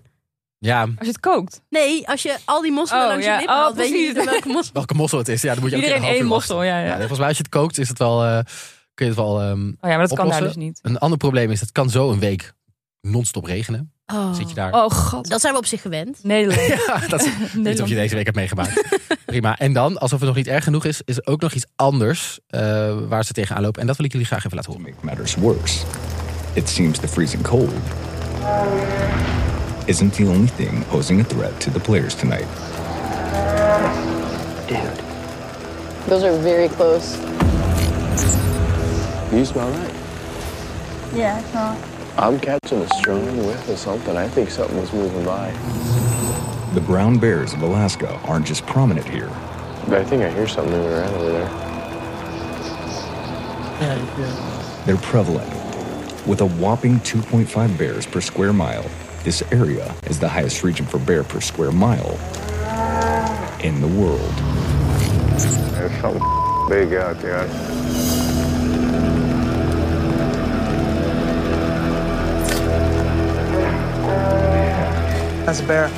A: Ja,
B: als je het kookt.
D: Nee, als je al die mosselen
B: Oh,
D: langs je
B: ja.
D: lippen
B: Oh,
D: haalt, weet je
B: precies.
D: niet door welke mossel...
A: welke mossel het is. Ja, dan moet je ook
B: Iedereen
A: een half
B: één
A: uur wachten.
B: mossel, ja, ja.
A: Ja, volgens mij als je het kookt is het wel, eh, kun je het wel... ehm,
B: Oh ja, maar dat kan daar
A: Oplossen?
B: dus niet.
A: een ander probleem is, het kan zo een week non-stop regenen. Dan Zit je daar...
B: Oh, god.
D: Dat zijn we op zich gewend.
B: Nederland.
A: Ja, dat is, ik weet niet of je
B: Nederland.
A: deze week hebt meegemaakt. Prima. En dan, alsof het nog niet erg genoeg is, is er ook nog iets anders eh, waar ze tegenaan lopen. En dat wil ik jullie graag even laten
E: To
A: horen.
E: make matters worse, it seems the freezing cold isn't the only thing posing a threat to the players tonight.
F: Those are very close.
G: You smell that?
H: Yeah, it's not.
G: I'm catching a strong whiff of something. I think something was moving by.
E: The brown bears of Alaska aren't just prominent here.
G: But I think I hear something moving around over there.
E: They're prevalent. With a whopping 2.5 bears per square mile, this area is the highest region for bear per square mile in the world.
G: There's something big out there.
I: That's a bear.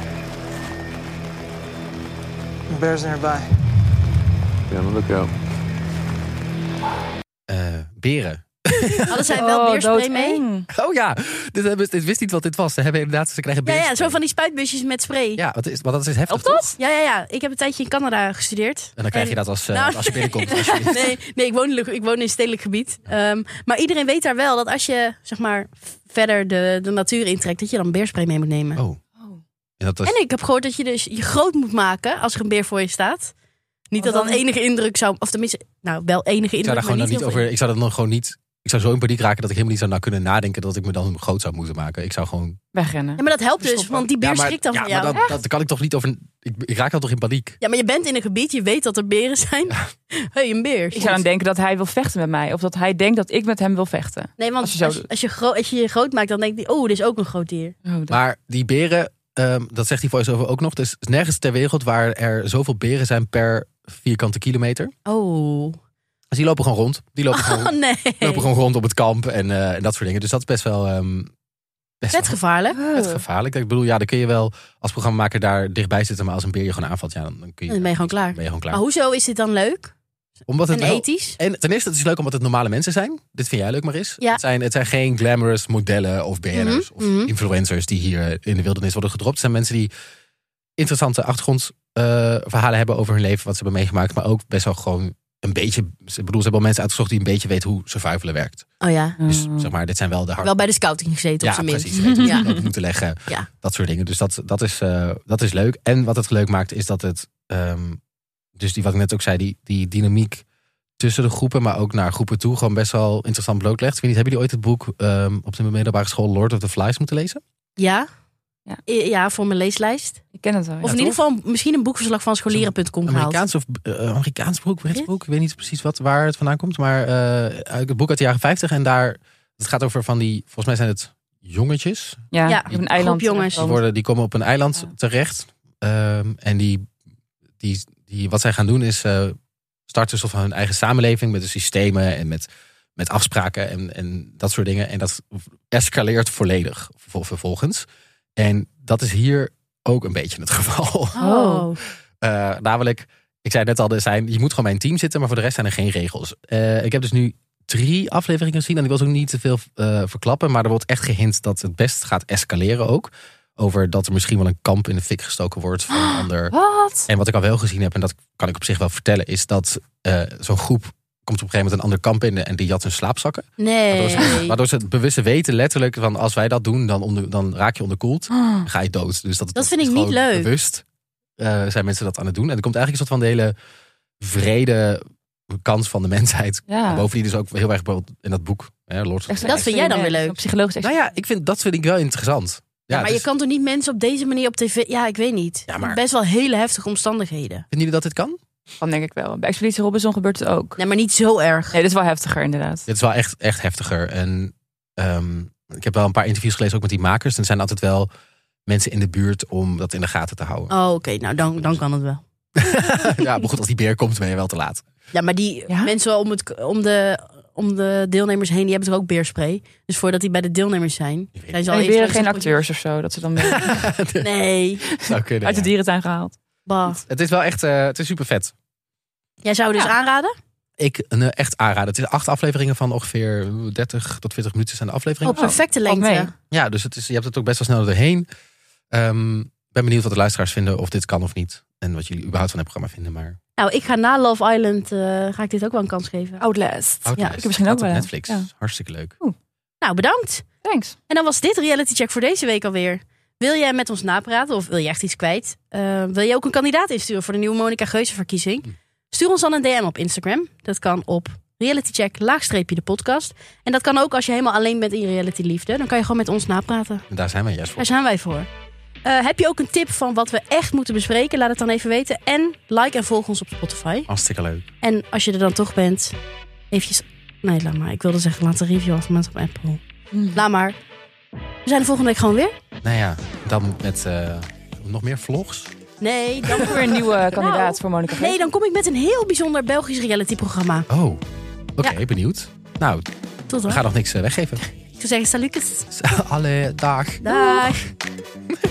I: Bear's nearby.
G: Yeah, look out.
A: Eh, beren.
D: Hadden
B: Oh,
D: zij wel beerspray mee?
B: doodeng.
A: Oh ja, dit, hebben, dit wist niet wat dit was. Ze hebben inderdaad, ze krijgen
D: Ja,
A: beren.
D: ja, zo van die spuitbusjes met spray.
A: Ja, wat is, want dat is heftig.
B: Helpt dat?
A: toch?
D: Ja, ja, ja. Ik heb een tijdje in Canada gestudeerd.
A: En dan krijg je dat als, eh,
D: Nou,
A: als je binnenkomt. Als je-
D: Nee, nee ik, woon, in Lu- ik woon in een stedelijk gebied. Ehm, maar iedereen weet daar wel dat als je zeg maar, verder de, de natuur intrekt, dat je dan beerspray mee moet nemen.
A: Oh. En dat is,
D: En ik heb gehoord dat je dus je groot moet maken als er een beer voor je staat. Niet dat
B: dan-
D: dat enige indruk zou... Of tenminste, nou, wel enige
A: ik zou
D: indruk,
A: daar gewoon dan
D: maar niet
A: niet
D: heel
A: over.
D: veel.
A: Ik zou dat dan gewoon niet. Ik zou zo in paniek raken dat ik helemaal niet zou na kunnen nadenken dat ik me dan groot zou moeten maken. Ik zou gewoon.
B: Wegrennen.
D: Ja, maar dat helpt dus, want die beer
A: Ja, maar-
D: schrikt dan
A: ja,
D: van
A: maar
D: jou.
A: dat, dat kan ik toch niet over. Ik, ik raak dan toch in paniek.
D: Ja, maar je bent in een gebied, je weet dat er beren zijn. Hé, hey, een beer.
B: Ik zou dan denken dat hij wil vechten met mij. Of dat hij denkt dat ik met hem wil vechten.
D: Nee, want
B: Als
D: als
B: je
D: je,
B: zo
D: als,
B: doet.
D: je, gro- als je je groot maakt, dan denk je, oh, dit is ook een groot dier.
B: Oh, dat-
A: Maar die beren, ehm, dat zegt die voice-over ook nog. Dus nergens ter wereld waar er zoveel beren zijn per vierkante kilometer.
D: Oh.
A: Dus die lopen gewoon rond. Die lopen, gewoon,
D: Oh nee.
A: lopen gewoon rond op het kamp en, eh, en dat soort dingen. Dus dat is best wel. ehm best
D: Net
A: wel
D: gevaarlijk.
A: vet gevaarlijk. Ik bedoel, ja, dan kun je wel als programmamaker daar dichtbij zitten. Maar als een beer je gewoon aanvalt, ja, dan, kun je.
D: Dan ben je gewoon klaar.
A: ben je gewoon klaar.
D: Maar hoezo is dit dan leuk?
A: Omdat het
D: En
A: wel-
D: ethisch.
A: En ten eerste, het is leuk omdat het normale mensen zijn. Dit vind jij leuk maar eens.
D: Ja.
A: Het, zijn, het zijn geen glamorous modellen of BN'ers
D: Mhm, mhm.
A: of influencers die hier in de wildernis worden gedropt. Het zijn mensen die interessante achtergrondverhalen hebben over hun leven, wat ze hebben meegemaakt. Maar ook best wel gewoon een beetje... Ik bedoel, ze hebben al mensen uitgezocht die een beetje weten hoe survivalen werkt.
D: Oh ja.
A: Dus zeg maar, dit zijn wel de harde...
D: Wel bij de scouting
A: ja,
D: gezeten op zijn minst.
A: precies. Weten hoe ze
D: Ja.
A: het ook moeten leggen.
D: Ja.
A: Dat soort dingen. Dus dat, dat, is, eh, dat is leuk. En wat het leuk maakt is dat het... ehm, dus die, wat ik net ook zei, die, die dynamiek tussen de groepen... maar ook naar groepen toe gewoon best wel interessant blootlegt. Ik weet niet, hebben jullie ooit het boek ehm, op de middelbare school... Lord of the Flies moeten lezen?
D: Ja.
B: Ja.
D: I- Ja, voor mijn leeslijst.
B: Ik ken het wel. ja.
D: Of in ieder geval misschien een boekverslag van scholieren.com gehaald.
A: Amerikaans, of, eh, Amerikaans boek, Brits
D: Brits?
A: boek. Ik weet niet precies wat, waar het vandaan komt. Maar eh, uit het boek uit de jaren 50. En daar, het gaat over van die... Volgens mij zijn het jongetjes.
B: Ja,
D: Ja,
B: op een
A: groep
B: eiland. eh,
D: jongens.
A: Die, worden, die komen op een eiland terecht. Ehm, en die, die, die, wat zij gaan doen is eh, starten soort van hun eigen samenleving met de systemen en met, met afspraken en, en dat soort dingen. En dat escaleert volledig ver- vervolgens. En dat is hier ook een beetje het geval.
D: Oh.
A: Eh, namelijk, ik zei net al, er zijn, je moet gewoon bij een team zitten, maar voor de rest zijn er geen regels. Eh, ik heb dus nu drie afleveringen gezien en ik wil ze ook niet te veel eh, verklappen, maar er wordt echt gehint dat het best gaat escaleren ook. Over dat er misschien wel een kamp in de fik gestoken wordt van een ander.
B: Wat?
A: En wat ik al wel gezien heb, en dat kan ik op zich wel vertellen, is dat eh, zo'n groep komt op een gegeven moment een ander kamp in en die jat hun slaapzakken.
D: Nee.
A: Waardoor ze, waardoor ze het bewuste weten letterlijk van als wij dat doen, dan, onder, dan raak je onderkoeld ga je dood. Dus dat,
D: Dat vind
A: is
D: ik niet
A: gewoon
D: leuk.
A: Bewust eh, zijn mensen dat aan het doen. En er komt eigenlijk een soort van de hele vrede kans van de mensheid.
B: Ja.
A: Bovendien dus ook heel erg bijvoorbeeld in dat boek. Hè, Lord.
B: Echt een
D: Dat vind jij dan weer
B: experiment,
D: leuk.
B: een Psychologisch
A: Nou ja, ik vind, dat vind ik wel interessant. Ja,
D: Ja, maar
A: dus-
D: je kan toch niet mensen op deze manier op tv... Ja, ik weet niet.
A: Ja, maar-
D: Best wel hele heftige omstandigheden.
A: Vinden jullie dat dit kan?
B: experiment, denk ik wel. Bij Expeditie Robinson gebeurt het ook.
D: Nee, maar niet zo erg.
B: Nee, dit is wel heftiger inderdaad.
A: Dit is wel echt, echt heftiger. En ehm, ik heb wel een paar interviews gelezen, ook met die makers. En er zijn altijd wel mensen in de buurt om dat in de gaten te houden.
D: Oh, oké. Nou, dan, dan kan het wel.
A: ja, maar goed, als die beer komt, ben je wel te laat.
D: Ja, maar die
B: Ja?
D: mensen om, het, om, de, om de deelnemers heen, die hebben toch ook beerspray? Dus voordat die bij de deelnemers zijn,
A: weet
D: zijn ze al
B: Zijn
D: eerst
B: weer
D: langs
B: geen
D: de-
B: acteurs of zo, dat ze dan
D: Nee,
A: Zou kunnen,
B: uit de
A: ja.
B: dierentuin gehaald.
D: bah.
A: Het is wel echt, eh, het is super vet.
D: Jij zou dus
B: Ja.
D: aanraden?
A: ik een, eh, echt aanraden. Het is acht afleveringen van ongeveer 30 tot 40 minuten zijn de afleveringen.
D: Oh, perfecte
B: valt mee.
D: lengte.
A: Ja, dus het is, je hebt het ook best wel snel doorheen. Ehm ben benieuwd wat de luisteraars vinden of dit kan of niet. En wat jullie überhaupt van het programma vinden. Maar
D: Nou, ik ga na Love Island, eh, ga ik dit ook wel een kans geven.
B: Outlast.
A: Outlast
D: ik
B: heb misschien
A: staat
B: ook wel
A: op
B: een.
A: Netflix.
B: Ja.
A: Hartstikke leuk.
D: Nou, bedankt.
B: Thanks.
D: En dan was dit Reality Check voor deze week alweer. Wil jij met ons napraten of wil je echt iets kwijt? Eh, wil je ook een kandidaat insturen voor de nieuwe Monica Geuze verkiezing? Stuur ons dan een DM op Instagram. Dat kan op realitycheck laagstreepje de podcast. En dat kan ook als je helemaal alleen bent in je reality liefde. Dan kan je gewoon met ons napraten.
A: En daar zijn wij juist voor.
D: Daar zijn wij voor. Eh, heb je ook een tip van wat we echt moeten bespreken? Laat het dan even weten. En like en volg ons op Spotify.
A: Hartstikke leuk.
D: En als je er dan toch bent, eventjes... Nee, laat maar. Ik wilde zeggen, laat een review achter met op Apple. Laat maar. We zijn er volgende week gewoon weer.
A: Nou ja, dan met eh, nog meer vlogs.
D: Nee, dan...
B: Ook weer een nieuwe kandidaat
D: Nou,
B: voor Monica
D: nee,
B: Geuze.
D: dan kom ik met een heel bijzonder Belgisch realityprogramma.
A: Oh, oké, benieuwd. Nou,
D: Tot
A: we
D: dan.
A: gaan nog niks eh, weggeven.
D: Ik zou zeggen, salucus.
A: Alle dag.
D: Dag.